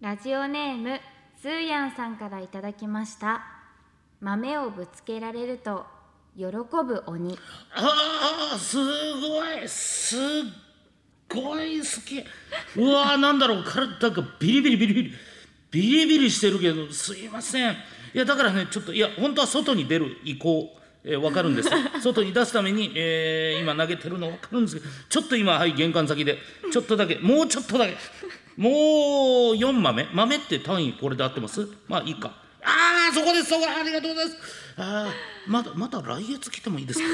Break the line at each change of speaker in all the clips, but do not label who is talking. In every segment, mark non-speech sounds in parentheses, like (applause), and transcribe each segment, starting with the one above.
ラジオネームスーヤンさんからいただきました豆をぶつけられると喜ぶ鬼
ああすごいすっごい好きうわーなんだろう体がビリビリビリビリビリビリしてるけどすいませんいやだからねちょっといや本当は外に出る意向えー、わかるんです外に出すために、えー今投げてるの分かるんですけどちょっと今はい玄関先でちょっとだけもうちょっとだけもう4豆豆って単位これで合ってますまあいいかああそこですそこありがとうございますあーまだまだ来月来てもいいですか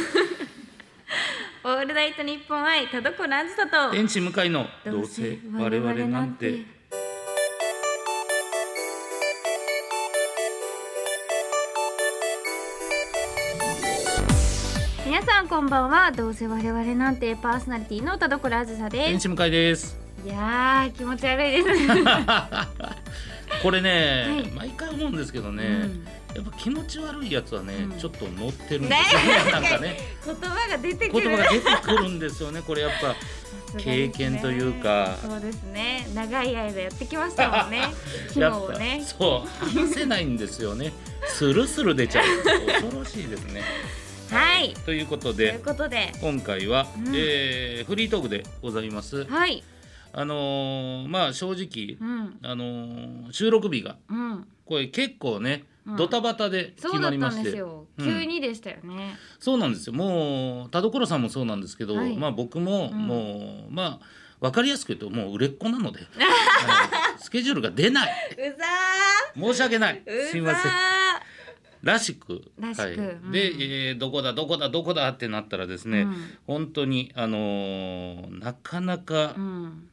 オールナイトニッポン愛田所あずさと
天使向かいのどうせ我々なんて
皆さんこんばんはどうせ我々なんてパーソナリティの田所あずさで
天
す
使向かいです
いやー気持ち悪いです
(laughs) これね、
はい
毎回思うんですけどね、やっぱ気持ち悪いやつはね、
うん
ちょっと乗ってるんですよねなんかね
言葉が出てく
(laughs) 言
る
葉が出てくるんですよねこれやっぱ
さすがですね
経験というか
そうですね長い間やってきました
(laughs)
もんね昨
や
日
っぱ、
ね
そう話せないんですよねスルスル出ちゃう恐ろしいですね
はい
ということ
という
で
ことで
今回は、
うん
えーフリートークでございます
はい
あのーまあ正直
う、ん
あのー収録日が
うん
これ結構ね、
うん
ドタバタで決
そう
ま
だ
り
った
ま
ん
し
で
て
すよ、
うん
急にでしたよね
そうなんですよもう田所さんもそうなんですけど、
はい
まあ僕も、
ん
もうまあ分かりやすく言うともう売れっ子な
(laughs)
ので、はいスケジュールが出ないう
ざ
申し訳な
ー
い
うざー
すいませんらしく
らしく
はい
うん
で、えーどこだどこだどこだってなったらですね、
うん
本当にあのーなかなか
う、ん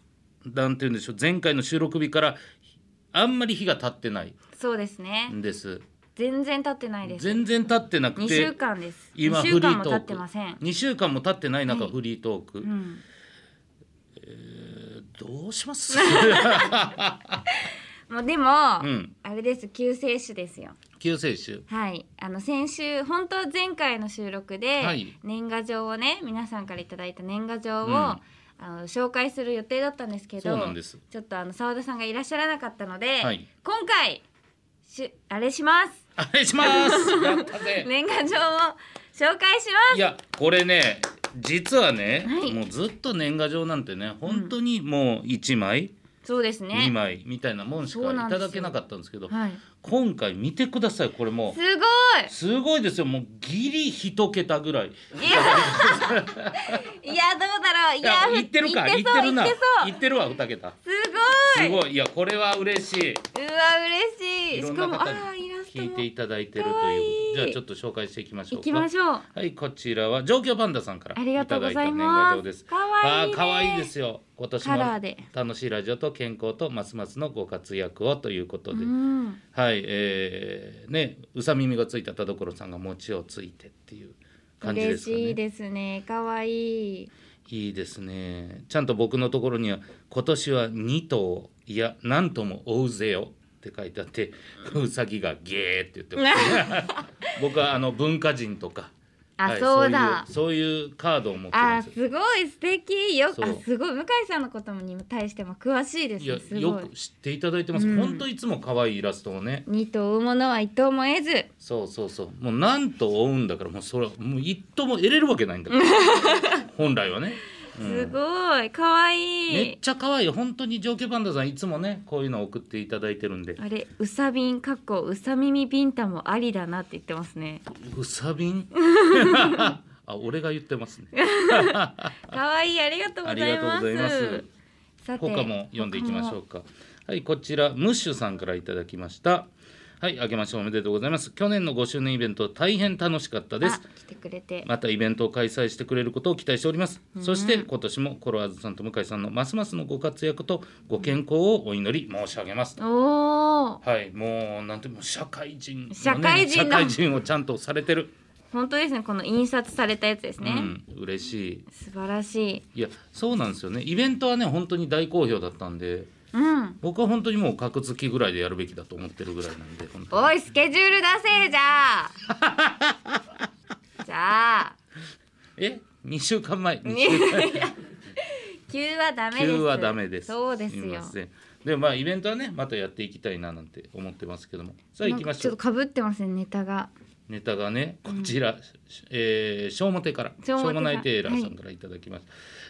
なんて言うんでしょう前回の収録日からあんまり日が経ってない
そうですね、
んです
全然経ってないです
全然経ってなく
二
て
週間です二
今
週間
フリー
も
ト
経
ーク
ってません
2週間も経ってない中、
はい
フリートーク、
うん
どうします (laughs)
もうでも、
うん
あれです救世主ですよ
救世主
はい、あの先週本当は前回の収録で、
はい
年賀状をね皆さんからいただいた年賀状を、
うん
あの紹介する予定だったんですけど
そうなんです
ちょっとあの澤田さんがいらっしゃらなかったので、
はい
今回しあれします
あれ
(laughs)
しますやったぜ、
年賀状を紹介しま
いやこれね実はね、
はい
もうずっと年賀状なんてね本当にもう1枚、
すそうですね
二2枚みたいなもんし
そ
か
う
い
なんです
た
よ
だけなかったんですけど
はい、
今回見てくださいこれも
す
う
ご
すごいですよもうギリ一桁ぐらい
いいやいやどうだろうい
い
や
言ってるか言
い
っ
ってそう
てる
い
な
ってそう
言ってるわ二桁
すごい
すごいいやこれは嬉しいう
わ嬉しい
いろ
し
ん
か
な
もあ
方
ーイ
に
ラスト
聞い
も
ていただいてるという
かわいい
じゃあちょっと紹介していきまし
行
ょうか
きましょう
はい、こちらは上京パンダさんから
ありがとうござい
ただいた年賀
ます
状です。
かわいいね
あー可愛いですよ。今年
カラーで
も楽しいラジオと健康とますますのご活躍をということで、
うん
はい、えー、ね、うさ耳がついた田所さんが餅をついてっていう感じで
嬉
すか
しい
ね。
ですね。可愛い
(laughs)
い。
いいですね。ちゃんと僕のところには今年は2頭いや何とも追うぜよって書いて
(laughs)
あって、うさぎがゲーって言ってます。 (laughs) 僕はあの文化人とか。
あ、
はい
そうだ。
そういうそういうカードを持ってるん
あ、
ですよ
すごい素敵よ。
そう
あ、すごい向井さんのことにも対しても詳しいです
い
ね。
や
す
よ
ごい
く。知っていただいてます、
うん
本当いつも可愛いイラストをね
二と追うものは一頭も得ず。
そうそうそうもうなんと追うんだからもうそれはもう一頭も得れるわけない
(laughs)
んだから本来はね、うん
すごい可愛
め
い
っ。ちゃ可愛い本当に上級パンダさんいつもねこういうの送っていただいてるんで
あれ、うさびんかっこうさ耳ビンタもありだなって言ってますね。
うさ
(laughs)
びん (laughs) あ俺が言ってますね
可愛いありがとうご
あり
ざ
が
い
とう
ま
ございます
す。さて
他も読んでいきましょうか。はい、こちらムッシュさんからいただきました。はい、あけましておめでとうございます。去年の5周年イベント大変楽しかった
他
で
も。
す
あ。、来てくれて。
またイベントを開催してくれることを期待しております。そして今年もコロワーズさんと向井さんのますますのご活躍とご健康をお祈り申し上げます。
おお、
はい、もうなんてもう社会人のね
社会人
社
だ
会人をちゃんとされてる。
本当ですね。この印刷されたやつです
う
ね。
ん、嬉しい。
素晴らしい。
いや、そうなんですよね。イベントはね、本当に大好評だったんで。
うん。
僕は本当にもう格付きぐらいでやるべきだと思ってるぐらいなんで本当に
おいスケジュール出せじゃ
(laughs)
あじゃあ
え2
(laughs)
週間前
に急はダメです
急はダメです
(laughs) そうです
み
よ
ませんでまあイベントはねまたやっていきたいななんて思ってますけどもさあ行きまし
ちょ
ょ
っ
う
とかぶってますねネタが
ネタがねこちら、しえー、しょうもてからし
しょ
ょ
うもてさん
うもないテーラーさんからいただきます、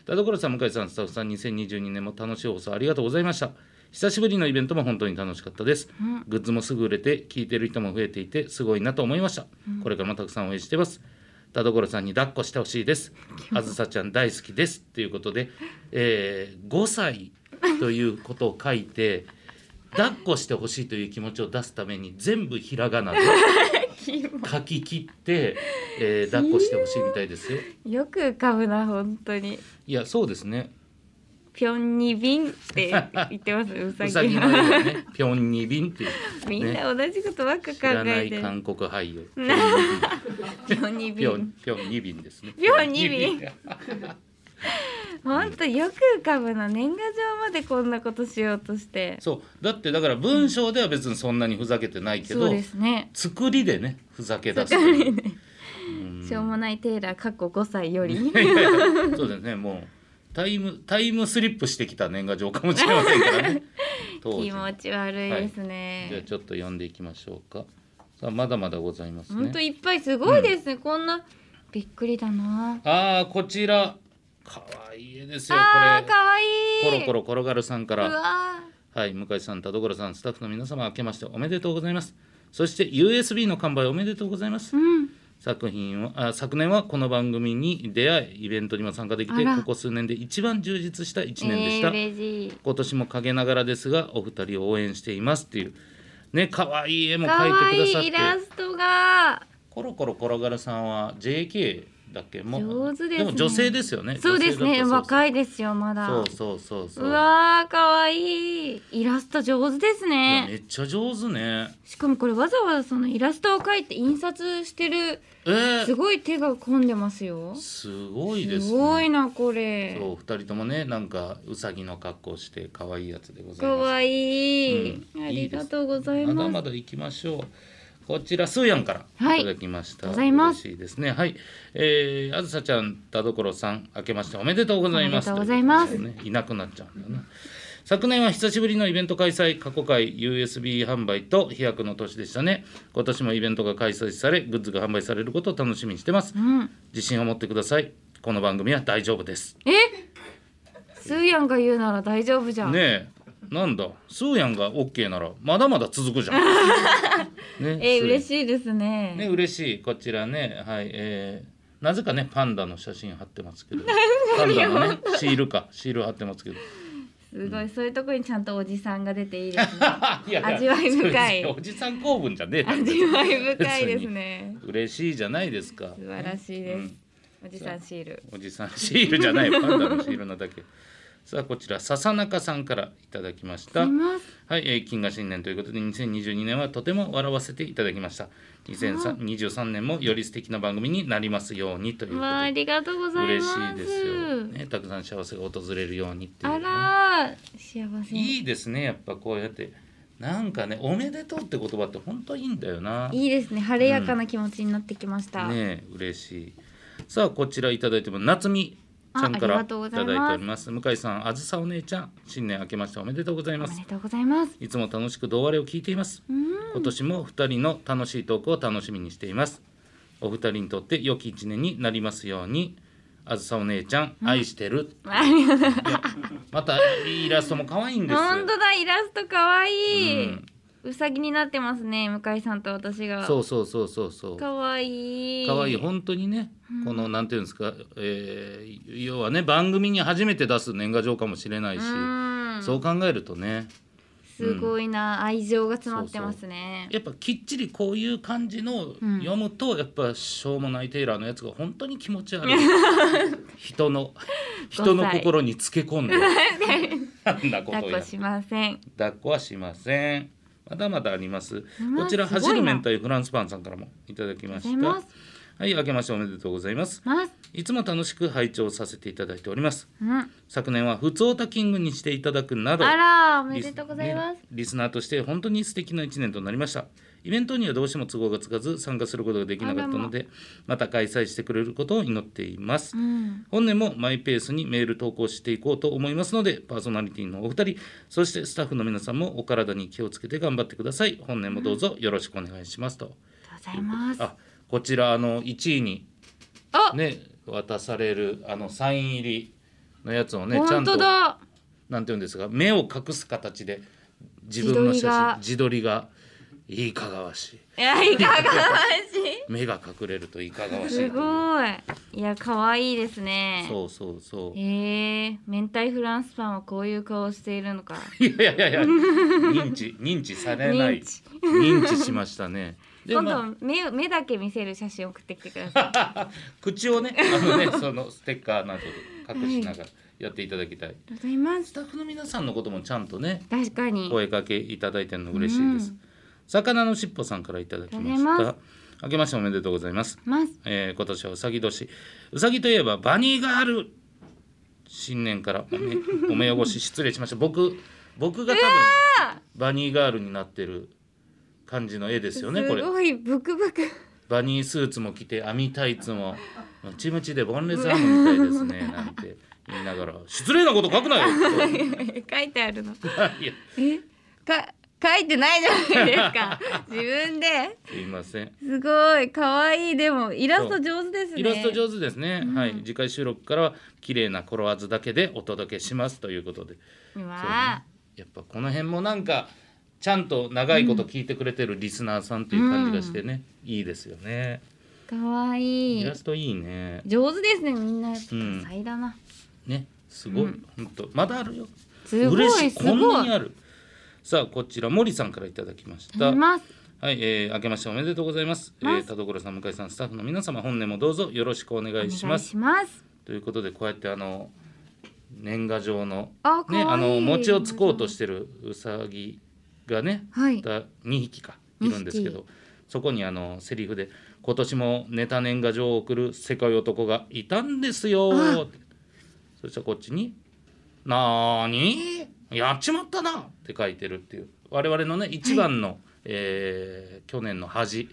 田所さん向井さんスタッフさん2022年も楽しい放送ありがとうございました久しぶりのイベントも本当に楽しかったです、グッズもすぐ売れて聞いてる人も増えていてすごいなと思いました、これからもたくさん応援してます田所さんに抱っこしてほしいですあずさちゃん大好きですということで、えー、5歳ということを書いて抱っこしてほしいという気持ちを出すために全部ひらがなで書き切って、えー抱っこしてほしいみたいですよ。
(laughs) よく浮かぶな本当に
いやそうですね。
ピョンニビンって言ってます
(laughs)
うさ
う
ぎ
さぎの絵が (laughs) ね、ピョンニビンっていう、ね、
(laughs) みんな同じことばっか考
知らな
え
い
てる
韓国俳優
ピョンニ
ピ
ビ
ョン
ン (laughs)
ピョンニビンですね。
ピョンニビン本当よく浮かぶな年賀状までこんなことしようとして
そうだってだから文章では別にそんなにふざけてないけ
そう
ど、
ですね
作りでねふざけ出すという。
(laughs) しょうもないテイラー過去5歳より
いやいやそうですねもうタイムタイムスリップしてきた年賀状かもしれませんから
(laughs)
ね。当時
気
の
持ち悪いです
じゃあ
ね、
ちょっと読んでいきましょうか。さあまだまだございます
ほんと
ね。
いっぱいすごいですね、こんなびっくりだな
ああこちら可愛い絵ですよ
あー
こ
かわ
れ。コ
いい
ロコロ転がるさんか
う
ら
わ
はい向井さん田所さんスタッフの皆様明けましておめでとうございます。そして USB の完売おめでとうございます
ー。うん
作品はあ昨年はこの番組に出会いイベントにも参加できて
あら
ここ数年で一番充実した1年でした。
えー、嬉しい
今年も陰ながらですがお二人を応援していますっていうね可愛い絵も
か
描
わ
いてくださっ
いいイラ
て
ストが
コロコロ転がるさんは JK だっけも
上手ですね
も女性ですよね
そうですね
い
若いですよまだ
そうそうそうそう
うわーかわいいイラスト上手です
いや
ね
めっちゃ上手ね
しかもこれわざわざそのイラストを描いて印刷してる
えー
すごい手が込んでますよ
すごい
す
です
ご
ね
いなこれ
そう二人ともねなんかうさぎの格好して可愛いやつでござい
か
ます
わいい、
うん
あ
い
り
いです
がとうございます
まだまだ行きましょう。こちらスーヤンから
はいい
ただきました。
ございます
嬉しいですね。はい、えー、あずさちゃん、田所さん、明けましておめでとうございます。
おめでとうございます
とうことですねいなくなっちゃうんだよな。昨年は久しぶりのイベント開催、過去回 USB 販売と飛躍の年でしたね。今年もイベントが開催され、グッズが販売されることを楽しみにしてます。
うん、
自信を持ってください。この番組は大丈夫です。
えスーヤンが言うなら大丈夫じゃん、
ねえ、なんだ、スーヤンが OK なら、まだまだ
(laughs)
続くじゃん。
え
ねスーヤン
嬉しいですね
ね嬉しいこちらねはいえー、なぜかねパンダの写真貼ってますけど
(laughs)
パンダのねシールかシール貼ってますけど (laughs)
すごいそういうとこにちゃんとおじさんが出ていいですね
いや
味わい深い
そうですよ (laughs) おじさん公文じゃねえだろ
味わい深いです (laughs) ね
嬉しいじゃないですか
素晴らしいです、おじさんシール
おじさんシールじゃないパンダのシールなだけさあこちら笹中さんからいただきました
います
はい、えー金河新年ということで2022年はとても笑わせていただきました2023年もより素敵な番組になりますようにということ
わああ
で
りがとうござい
嬉
ま
し
す
いですよ、ね、たくさん幸せが訪れるようにっていう
あ
ね、
らー幸せいい
いいですねやっぱこうやってなんかね「おめでとう」って言葉って本当いいんだよない
ですね晴れやかな気持ちになってきました、
ねえ嬉しいさあこちらいただいても夏美ちゃん
ああ
か
り
らい
がとうご
た
ざい
だい
ます
ております向井さんあずさお姉ちゃん新年明けましておめでとうござい
お
ま
め
す
でとうございます
いつも楽しく童話を聞いています今年も2人の楽しいトークを楽しみにしていますお二人にとって良き一年になりますようにあずさお姉ちゃん愛してる、
ありがとう
またいいイラストも可愛いんですよ
本当だイラスト可愛い
うん
うさぎになってますね向井さんと私が
そうそうそうそうそう。
可愛い
可愛い本当にね、このなんていうんですか、えー要はね番組に初めて出す年賀状かもしれない
う
し、
ん
そう考えるとね、
すごいな愛情が詰まってますね
やっぱきっちりこういう感じの
ん
読むと、やっぱしょうもないテイラーのやつが本当に気持ち
(laughs)
悪い。人の人の心につけ込
(laughs)
んで、あんなこと
抱
をや
っ
る
こしません
抱っこはしません。まだまだあります。
ん
こちら
すごいな
走る明太フランスパンさんからもいただきま
あり
し
がとうございま
た。は
す
はい、明けましておめでとうございます。
ます。
いつも楽しく拝聴させていただいております。
うん。あ
昨年は普通オタキングにしていただくなど、
ら、おめでとうございます
リス,ね、。リスナーとして本当に素敵な1年となりましたイベントにはどうしても都合がつかず参加することができなかったのでまた開催してくれることを祈っています、
うん。
本年もマイペースにメール投稿していこうと思いますのでパーソナリティのお二人そしてスタッフの皆さんもお体に気をつけて頑張ってください本年もどうぞよろしくお願いしますと、
ありがとうございます。
あこちらあの1位に
あ、
ね渡されるあのサイン入りのやつをねちゃ
本
んと
当だ。
なんて言うんですか目を隠す形で自分の写真自撮りがいいかがわしい
いや、いかがわ
(laughs)
し
目が隠れるといかがわ
い。
しいとい
す
う
ごい。いや、可愛いですね。
そうそうそう
へえ明太フランスパンはこういう顔をしているのか。
いやいやいや認知認知されない
認知
認知しましたねで
今
ま
度目を目だけ見せる写真送ってきてください。
あ口をねあのねそのステッカーなどで隠しながらやっていただきたい
ありがとうございま
ス
す。
タッフの皆さんのこともちゃんとね
確かに。
声かけいただいてるの嬉しいです、
うん
魚のしっぽさんからいただきま
ありが
し
とうござ
た明けましておめでとうございます
ます。
えー今年はうさぎ年うさぎといえばバニーガール新年から
(laughs)
おめお目汚し失礼しました僕僕が多分バニーガールになってる感じの絵です
す
よねこれ
ごいブクブク。 (laughs)
バニースーツも着て網タイツもムチムチでボンレスアームみたいですねなんて言いながら「失礼なこと (laughs) 書くなよ!」って
書いてあるの。
いや
え、か書いてないじゃないですか。
(laughs)
自分で。
すいません
すごい可愛いでもイラスト上手ですね。
イラスト上手ですね、はい次回収録からは綺麗なコロワーズだけでお届けしますということで
うわ
そうね
あ、
やっぱこの辺もなんかちゃんと長いこと聞いてくれてるリスナーさんっていう感じがしてね、いいですよね
可愛い
イラストいいね
上手ですねみんなやっぱ
うん
多彩だな。
ねすごい、ほんとまだあるよ
すご
嬉し
い
い
す
こん
ご。
ないにあるさあこちら森さんからいただきまし
あ
た
ります。
はい、えー、明けましておめでとうございます、え
ま
ー、
す
田所さん向井さんスタッフの皆様本年もどうぞよろしくお願
お願
い
い
し
し
ま
ますす。
ということでこうやってあの年賀状の
あ可愛
ね
い
あの餅をつこうとしてるうさぎがね、
はい。
だ2匹かいるんですけ
二
どそこにあのセリフで「今年もネタ年賀状を送る世界男がいたんですよ」ってそしたらこっちに「なーにやっちまったな」って書いてるっていう我々のね一番の、えー去年の (laughs) 恥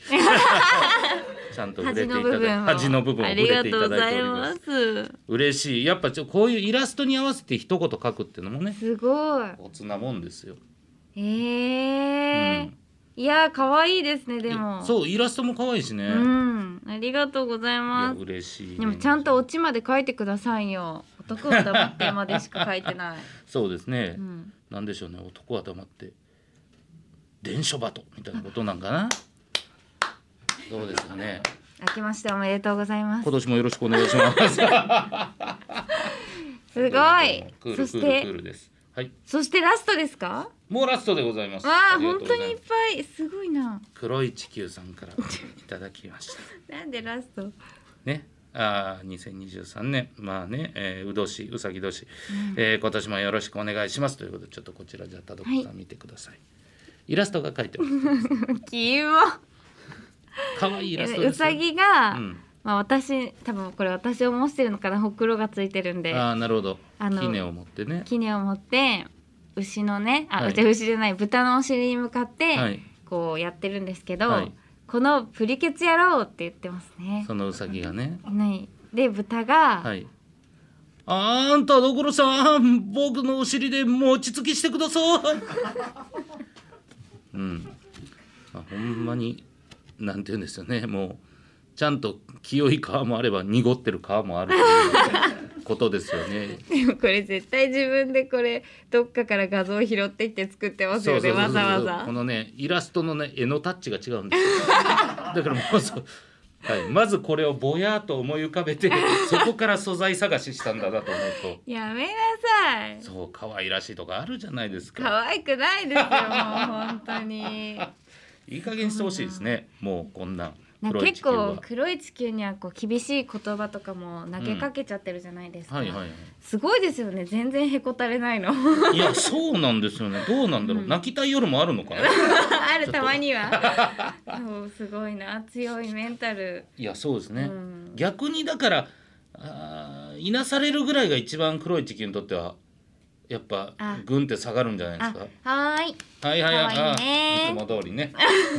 ちゃんと触れて
端
いた
の部
だい
分を
恥の部分を
あ
触
り
れ
が
て
と
いう
ご
ただ
ざ
いて
い
おりま
ますす
嬉しいやっぱちょこういうイラストに合わせて一言書くっていうのもね
すごい
おつなもんですよ
えーいやー可愛いですねでもう
そうイラストも可愛いしね、
んありがとうござい
いや
ます
嬉しいね、
でもちゃんとオチまで書いてくださいよ男を黙ってまでしか書いてない
(laughs) そうですね、
うん
なんでしょうね男は黙って伝書バトみたいなことなんかなどうですかね
明けましておめでとうございます
今年もよろしくお願いし
(laughs)
ますす
すご
クー
い
ル
そし
クールクー
て
ルですはい
そしてラストですか
もうラストでございます
わあ
りが
本
とうござ
当
います
にいっぱいすごいな
黒い地球さんからいただきました
なんでラス
(laughs)
ト
ねあー2023年まあね、えー、う年うさぎ年、えー今年もよろしくお願いしますということでちょっとこちらじゃあ田所さ
は
ん見てください、イラストが書いてます
(laughs) キモ
可愛いイラストですよ
うさぎが、
うん
まあ私多分これ私を模してるのかなほくろがついてるんで
ああなるほど
あの
杵を持ってね
杵を持って牛のねあ、
はいう
ち牛じゃない豚のお尻に向かって、
はい
こうやってるんですけど、
はい
このプリケツ野郎って言ってますね。
そのうさぎがね
はい、で豚が、
はいあんたどころさん僕のお尻で餅つきしてくださいうん、まあ、ほんまになんて言うんですよねもうちゃんと清い川もあれば濁ってる川もあるということですよ
(laughs)
ね
(laughs) でもこれ絶対自分でこれどっかから画像を拾ってきて作ってますよねわざわざ
こ。のねイラストのね絵のタッチが違うんですよだからもうそう、はい、まずこれをぼやーっと思い浮かべてそこから素材探ししたんだなと思うと
やめなさい。
そう可愛らしいとかあるじゃないですか
可愛くないですよもう本当に。
いい加減してほしいですねもうこんなん
なんか
黒い
結
地球は
構黒い地球にはこう厳しい言葉とかも投げかけちゃってるじゃないですか、
はいはい
すごいですよね全然へこたれ (laughs) ないの
はいいやそうなんですよねどうなんだろう、泣きたい夜もあるのかな
あるたまにはそうすごいな強いメンタル
いやそうですね、
うん
逆にだからあーいなされるぐらいが一番黒い地球にとってはやっぱ
あ
グンって下がるんじゃないで
あ
すか
はーい
はいはいはい
可
あ
愛いね
ーいつも通りね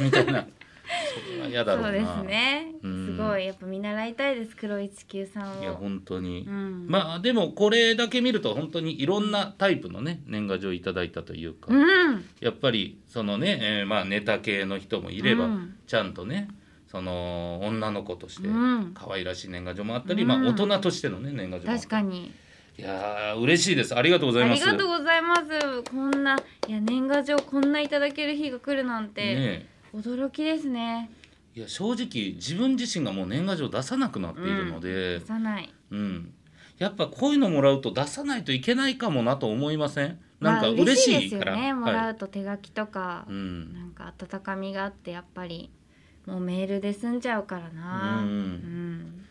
みたいなそれは嫌だろう
(laughs) そう
な
ですね
うん
すごいやっぱ見習いたいです黒い地球さん
いや
を
本当に、
うん
まあでもこれだけ見ると本当にいろんなタイプのね年賀状いただいたというか、
うん
やっぱりそのね、えーまあネタ系の人もいれば、
うん
ちゃんとねその女の子として
うん
可愛らしい年賀状もあったり、
うん
まあ大人としてのね年賀状もあったり
確かに
いやー嬉しいですありがとうござ
あ
いま
り
す
がとうございますこんないや年賀状こんないただける日が来るなんて、
ね
驚きですね
えいや正直自分自身がもう年賀状出さなくなっているので
出、さない
うんやっぱこういうのもらうと出さないといけないかもなと思いません
まあ
なんか嬉しい
ですよ
から、
ねもら
は
うと手書きとか、
いうん、
なんか温かみがあってやっぱりもうメールで済んじゃうからな
うん
うん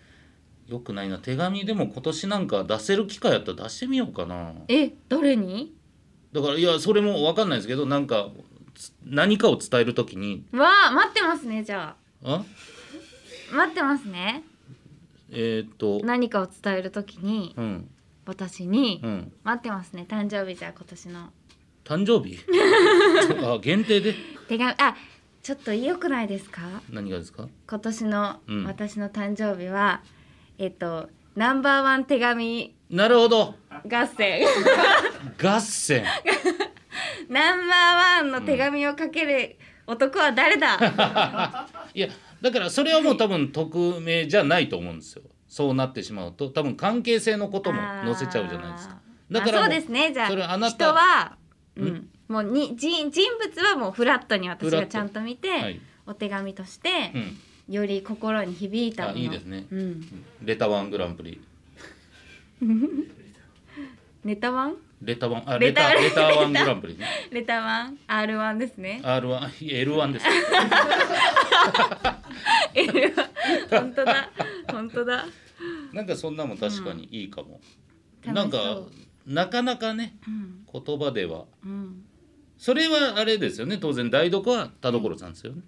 よくないな手紙でも今年なんか出せる機会あったら出してみようかな
え誰に
だからいやそれも分かんないですけどなんかつ何かを伝えるときに
わあ待ってますねじゃ
あ
あ待ってますね
えー、っと
何かを伝えるときに
うん
私に、
うん
待ってますね誕生日じゃあ今年の
誕生
(laughs)
日あ限定で
手紙あちょっと良くないですか
何がですか
今年の
うん
私の誕生日は、えっとナンバーワン手紙
なるほど
合戦
合戦
ナンバーワンの手紙をかける男は誰
(laughs)
だ、
いやだからそれはもう多分匿名じゃないと思うんですよそうなってしまうと多分関係性のことも載せちゃうじゃないですか
あー
だから
あ
も
そう
う
ですねじゃ
それ
あ
はあなた
人は、うん、もうに人人物はもうフラットに私
フラッ
が
ト
ちゃんと見て、
はい
お手紙として
う、ん
より心に響いたも
あ
の
いいですね
うん、
レタワングランプリ
ネタワン
レタワンあ
レ
レ
タ
タレタワングランプリね
レタワン R1 ですね
R1 いや L1
(laughs)
です (laughs)
本当だ本当だ
なんかそんなも確かにいいかも、
うん
なん
楽し
か
そう
なかなかね
うん
言葉では
うん
それはあれですよね当然代読は田所さんですよね、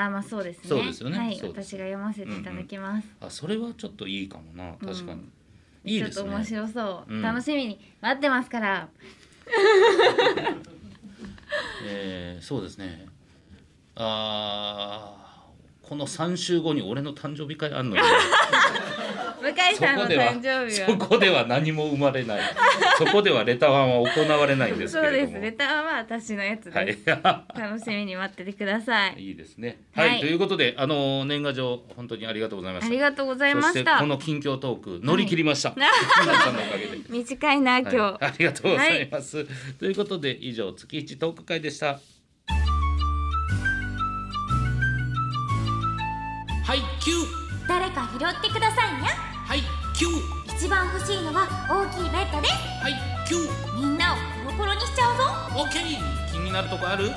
あまあそうですね
そうですよね
はい
そうです
私が読ませていただきます、
あそれはちょっといいかもな確か
う
に、
ん
いいで
ちょ
す
っと面
ね
白そう、
うん
楽しみに待ってますから
えーそうですねあーこの3週後に俺の誕生日会あんのに
(laughs) 向井
そ
さんの
こで
誕生
は
日は
そこでは何も生まれないそこではレタワンは行われないんです
そ
け
う
れ
で
ど
す
も
レターは私のやつです、
はい
楽しみに待っててください
(laughs) いいですね。
は
はいい、ということで、あのー年賀状、本当にありがとうございまし
あ
た。
りがとうございま
そし、
してた
この近況トーク、乗り切りました。 (laughs) 皆さんのおかげで。
短いな今日、
はい、ありがとうございます。ということで、以上、月一トーク会でした。はい、キュー、
誰か拾ってくださいにゃ
はい、キュー、
一番欲しいのは大きいベッドです
はい、キュー、
みんなをコロコロにしちゃうぞは
オッケー。気になるとこある。
い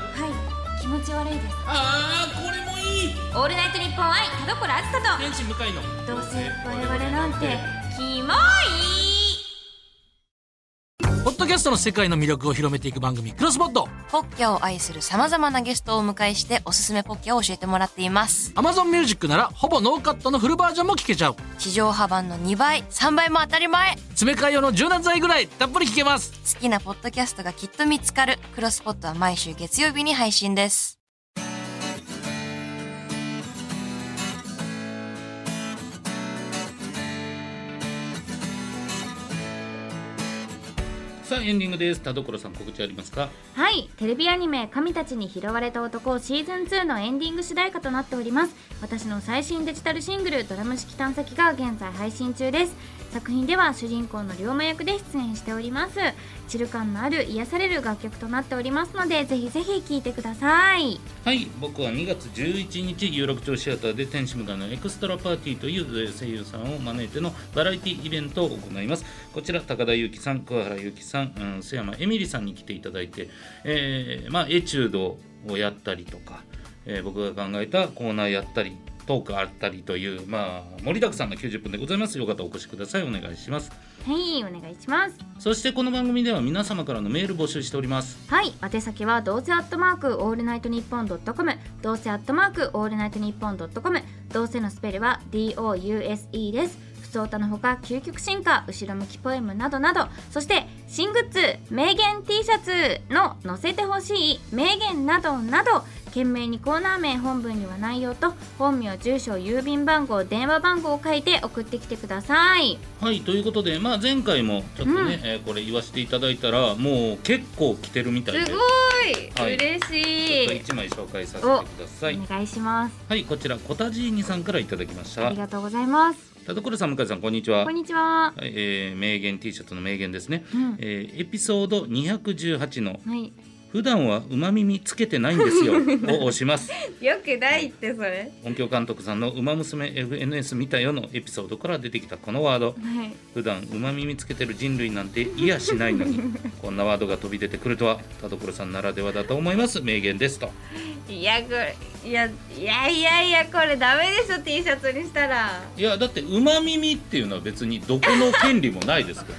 気持ち悪いです
ああ、これもいい。
オールナイトニッポン愛田所あずさ
天使向かいの。
とどうせ我々なんてキモい
ポッドキャストの世界の魅力を広めていく番組、クロスポッド。
ポッキャを愛する様々なゲストをお迎えしておすすめポッキャを教えてもらっています。
Amazon Music なら、ほぼノーカットのフルバージョンも聞けちゃう。
地上波版の2倍、3倍も当たり前
詰め替え用の柔軟剤ぐらい、たっぷり聞けます。
好きなポッドキャストがきっと見つかる。クロスポットは毎週月曜日に配信です。
さあ、エンディングです。田所さん、告知ありますか。
はいテレビアニメ「神たちに拾われた男」シーズン2のエンディング主題歌となっております私の最新デジタルシングル「ドラム式探査機」が現在配信中です作品では主人公の龍馬役で出演しておりますチル感のある癒される楽曲となっておりますのでぜひぜひ聴いてください
はい僕は2月11日有楽町シアターで天使無我のエクストラパーティーというえー声優さんを招いてのバラエティイベントを行いますこちら高田由紀さん桑原由紀さん、うん、瀬山エミリさんに来ていただいて、えーまあ、エチュードをやったりとか、えー僕が考えたコーナーやったりトークあったりという、まあ、盛りだくさんの90分でございますよかったらお越しくださいお願いします
はいお願いします
そしてこの番組では皆様からのメール募集しております
はい宛先はどうせアットマークオールナイトニッポンドットコムどうせアットマークオールナイトニッポンドットコムどうせのスペルは DOUSE です不相たのほか究極進化後ろ向きポエムなどなどそして新グッズ名言 T シャツの載せてほしい名言などなど懸命にコーナー名本文には内容と本名住所郵便番号電話番号を書いて送ってきてください
はいということで、まあ、前回もちょっとね、
うん
えーこれ言わせていただいたらもう結構来てるみたいです
ごい、
はい
嬉
ちょっと
しい
1枚紹介させてください
お願いします
はいこちらコタジーニさんからいただきまし
あ
た
りがとうございます。
田所さん向井さんこんにちは
こんにちは。
はいえー名言 T シャツの名言ですね、
うん
えーエピソード218の
はい。
「普段はうま耳つけてないんで
(laughs)
すよ」を押します
よくないってそれ。
音響監督さんの「ウマ娘 FNS 見たよ」のエピソードから出てきたこのワード
はい。
普段うま耳つけてる人類なんていやしないの
(laughs)
にこんなワードが飛び出てくるとは田所さんならではだと思います名言ですと
いやこれいやいやいやいやこれダメでしょ T シャツにしたら。
いやだってうま耳っていうのは別にどこの権利もないですか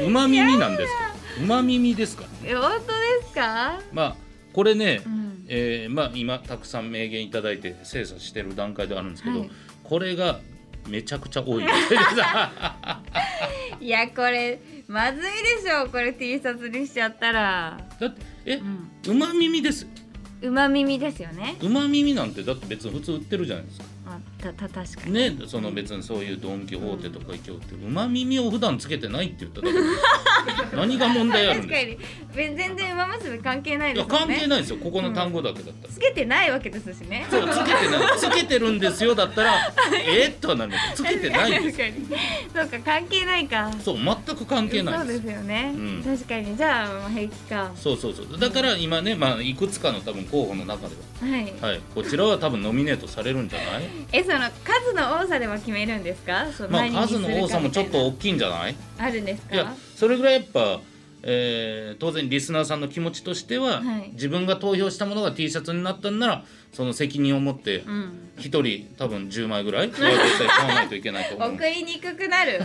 らうま耳なんですからうま耳ですから
え本当ですか？
まあこれね、
うん。
えーまあ今たくさん名言いただいて精査してる段階ではあるんですけど、
はい
これがめちゃくちゃ多い (laughs)
いやこれまずいでしょこれ T シャツにしちゃったら。
だってえ
うん。
うま耳です
うま耳ですよね。
うま耳なんてだって別に普通売ってるじゃないですか
あたた確かに。
ねその別にそういうドン・キホーテとか行きょってうま耳を普段つけてないって言っただ
(laughs)
けで何が問題あるん
確か
ですか
にべ全然馬娘関係ない
い
で
や
すも
関
んね。
係ないですよここの単語だけだっ
(laughs)
たら
つけてないわけですしね。
そうつけてないつけてるんですよだったらえーっとはなるけどつけてないで
確
す
かに。そうか関係ないか。
そう全く関係ない
そう
で
ですすよね、
うん
確かにじゃあまあ平気か
そうそうそうだから今ね、まあ、いくつかの多分候補の中で
はい
は、はい、こちらは多分ノミネートされるんじゃない
えその数の多さでは決めるんですかその
ま
何
あ
にす
数
るか
の多さもちょっ
みたいな
と大きいんじゃない
あるんですか
いやそれぐらいやっぱ、えー当然リスナーさんの気持ちとしては、
はい
自分が投票したものが T シャツになったんならその責任を持って
うん
一人多分10枚ぐらい上手して買わないといけないと思
(laughs)
う
送りにくくなる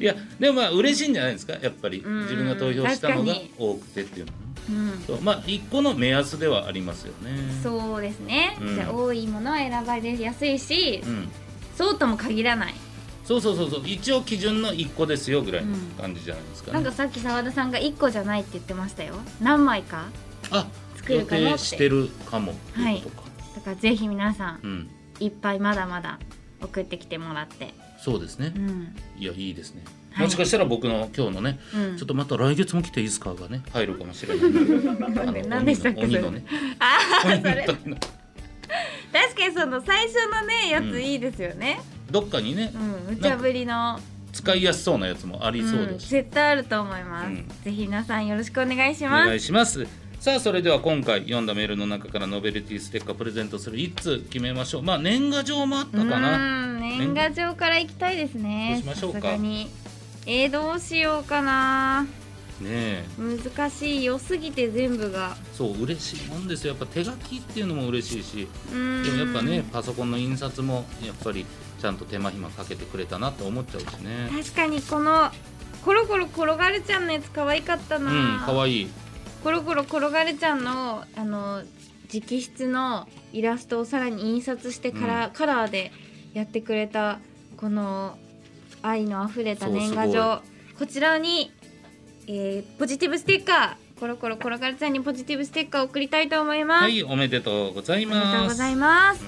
いやでもまあ嬉しいんじゃないですかやっぱり
ん
自分が投票したのが
確かに
多くてっていうのはね
うん
そうまあ一個の目安ではありますよね
そうですね、
うん
じゃあ多いものは選ばれやすいし、
うん
そうとも限らない
そうそうそうそう一応基準の1個ですよぐらいの感じじゃないですか,、ね
なんかさっき澤田さんが1個じゃないって言ってましたよ何枚か
あ
作
予
るかもって
定してるかも
はい
とか、
だからぜひ皆さん
うん
いっぱいまだまだ送ってきてもらって
そうですね
う、ん
いやいいですね、
はい
もしかしたら僕の今日のね、
うん
ちょっとまた来月も来ていいですかがね入るかもしれないあの
何でしたっけ
鬼の鬼のね
あ (laughs) あ
鬼
それ
の時の
確かにその最初のねや
う
つ
ん
いいですよね
どっかにね
うん無茶ぶりの
使いやすそうなやつもありそうだし、
絶対あると思います、
うん
ぜひ皆さんよろしくお願いし
お
ます
願いしますさあそれでは今回読んだメールの中からノベルティステッカープレゼントする1通決めましょうまあ年賀状もあった
う
かな
ーん年賀状から行きたいですね
そうしましょうか
さすがにえー、どうしようかな
ねえ
難しい良すぎて全部が
そう嬉しいもんですよやっぱ手書きっていうのも嬉しいし
うーん
でもやっぱねパソコンの印刷もやっぱりちゃんと手間暇かけてくれたなと思っちゃうしね
確かにこのコロコロ転がるちゃんのやつ可愛かった
う
な、
んかわいい
コロコロ転がるちゃんのあの直筆のイラストをさらに印刷してカラ,、ーカラーでやってくれたこの愛のあふれた
そう
年賀状こちらに、えーポジティブステッカーコロコロ転がるちゃんにポジティブステッカーを送りたいと思います、
はいおめでとうござい
おめ
ます
でとうございます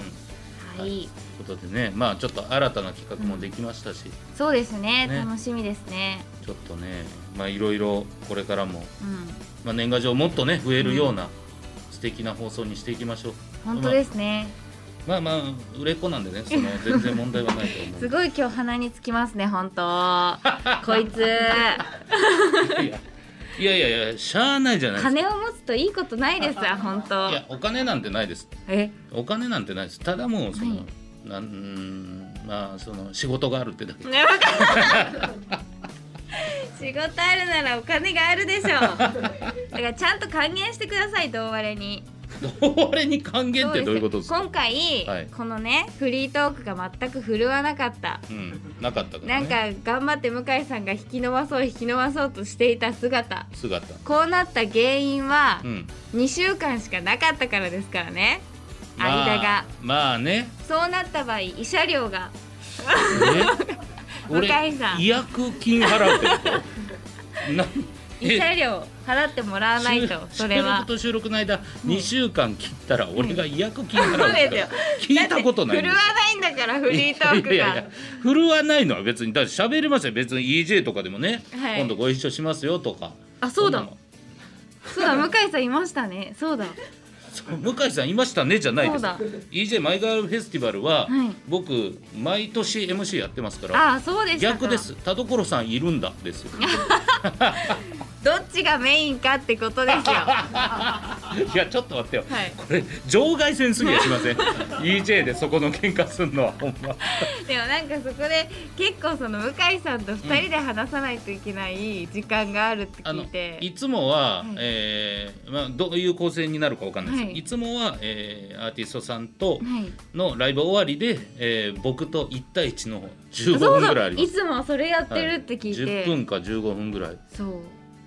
うん、
は、
はいいということでねまあちょっと新たな企画もできましたし、
そうですね
ね
楽しみですね
ちょっとねまあいろいろこれからも、
うん
まあ、年賀状もっとね増えるような素敵な放送にしていきましょう
本当ですね、
まあまあ売れっ子なんでね
(laughs)
その全然問題はないと思う
すごい今日鼻につきますね本
(laughs)
当こいつ
いやいやいやいやしゃあないじゃないですか
金を持つといいことないですわ本当
いやお金なんてないです
え
お金なんてないですただもうその、
はい
なんうーんまあその仕事があるってだけ (laughs)
ねわかんない (laughs) 仕事
(laughs)
あるならお金があるでしょだからちゃんと還元してください同割れに
俺に還元ってどういうことですか
今回、
はい
このねフリートークが全く振るわなかった
うんなかったから
なん
ね
か頑張って向井さんが引き伸ばそう引き伸ばそうとしていた姿
姿
こうなった原因は
うん
2週間しかなかったからですからね
まあ
間が (laughs)
まあね
そうなった場合慰謝料が
え俺
向井さん
違約金払うってことな
慰謝料払ってもらわないと
収
それは
収録と収録の間2週間切ったら俺が違約金払う
そうんです
から
よ
聞いたことないん
振
で
る
す
わないんだからフリートークが
いやいやいや振るわないのは別にだって喋れますよ別に EJ とかでもね、
はい
今度ご一緒しますよとか
あそうだ
んなの
そうだ向井さんいましたねそうだ
そう向井さんいましたねじゃないです
そうだ
EJ マイガールフェスティバルは、
はい
僕毎年 MC やってますから
ああそうでしたか
逆です田所さんいるんだです
(laughs)
よ
どっちがメインかってことですよ
(laughs) いやちょっと待ってよ、
はい
これ場外戦すぎやしません (laughs) EJ でそこの喧嘩すんのはほんま
でもなんかそこで結構その向井さんと二人で話さないといけない時間があるって聞
あの
いて、
いつもは、えーまあ、どういう構成になるかわかんないです、
はい
い、つもは、えーアーティストさんと
はい
のライブ終わりで、えー僕と1対1の15
そう
分ぐらい
だ
ありま
い
す
つもそれやってるって聞い
は
て、
い10分か15分ぐらい
そう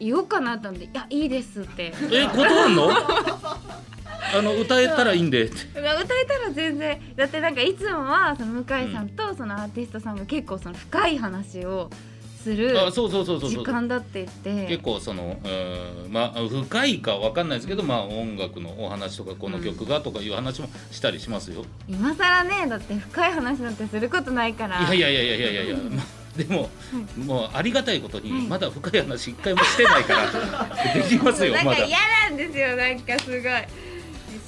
言おうかなと思って「いやいいです」って
え断んの (laughs) あの歌えたらいい
(laughs)
んでって
歌えたら全然だってなんかいつもはその向井さんとそのアーティストさんが結構その深い話をする
あそうそうそうそう
時
そう
間だって言って
結構そのうーんまあ深いかわかんないですけど、まあ、音楽のお話とかこの曲がとかいう話もしたりしますよ、
今更ねだって深い話なんてすることないから
いやいやいやいやいやいや、まあ、でも、もうありがたいことに、まだ深い話一回もしてな
(laughs)
いから、できますよ、
なん
ま
か
だ。
嫌なんですよなんかすごい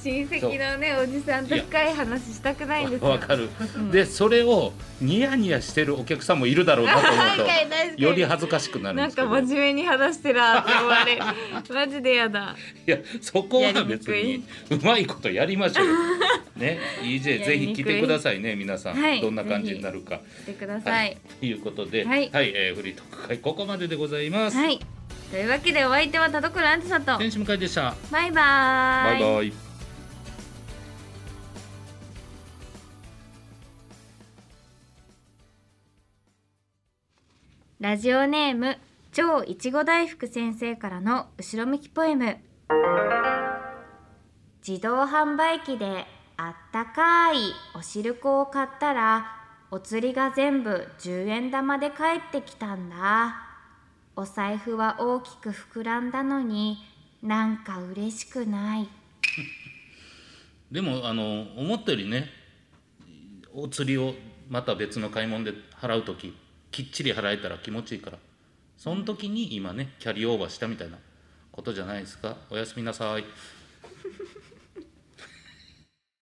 親戚のねおじさんと深い話したくないんですよ
わかる、
(laughs)
で、それをニヤニヤしてるお客さんもいるだろうなと思う
確かに確か
と、
に
より恥ずかしくなるん
な
で
ん
すけ
か
ど。
真面目に話してらって思わ
(laughs)
れるマジでやだ
いや、そこは別
やり
に
に、
うまいことやりましょうよ。
(laughs)
ね、EJ
や
ぜ
りに
ひ
くい
来てくださいね、皆さん、
はい
どんな感じになるか。
してください、
ということで、は
はいい、
えーフリートーク会ここまででございます。
はい、というわけでお相手は田所あんさと
天使向井でした。
バイバー
バイバイ。
ラジオネーム超いちご大福先生からの後ろ向きポエム自動販売機であったかいお汁粉を買ったらお釣りが全部10円玉で返ってきたんだお財布は大きく膨らんだのになんか嬉しくない
でもあの思ったよりねお釣りをまた別の買い物で払う時きっちり払えたら気持ちいいからその時に今ねキャリーオーバーしたみたいなことじゃないですかおやすみなさい。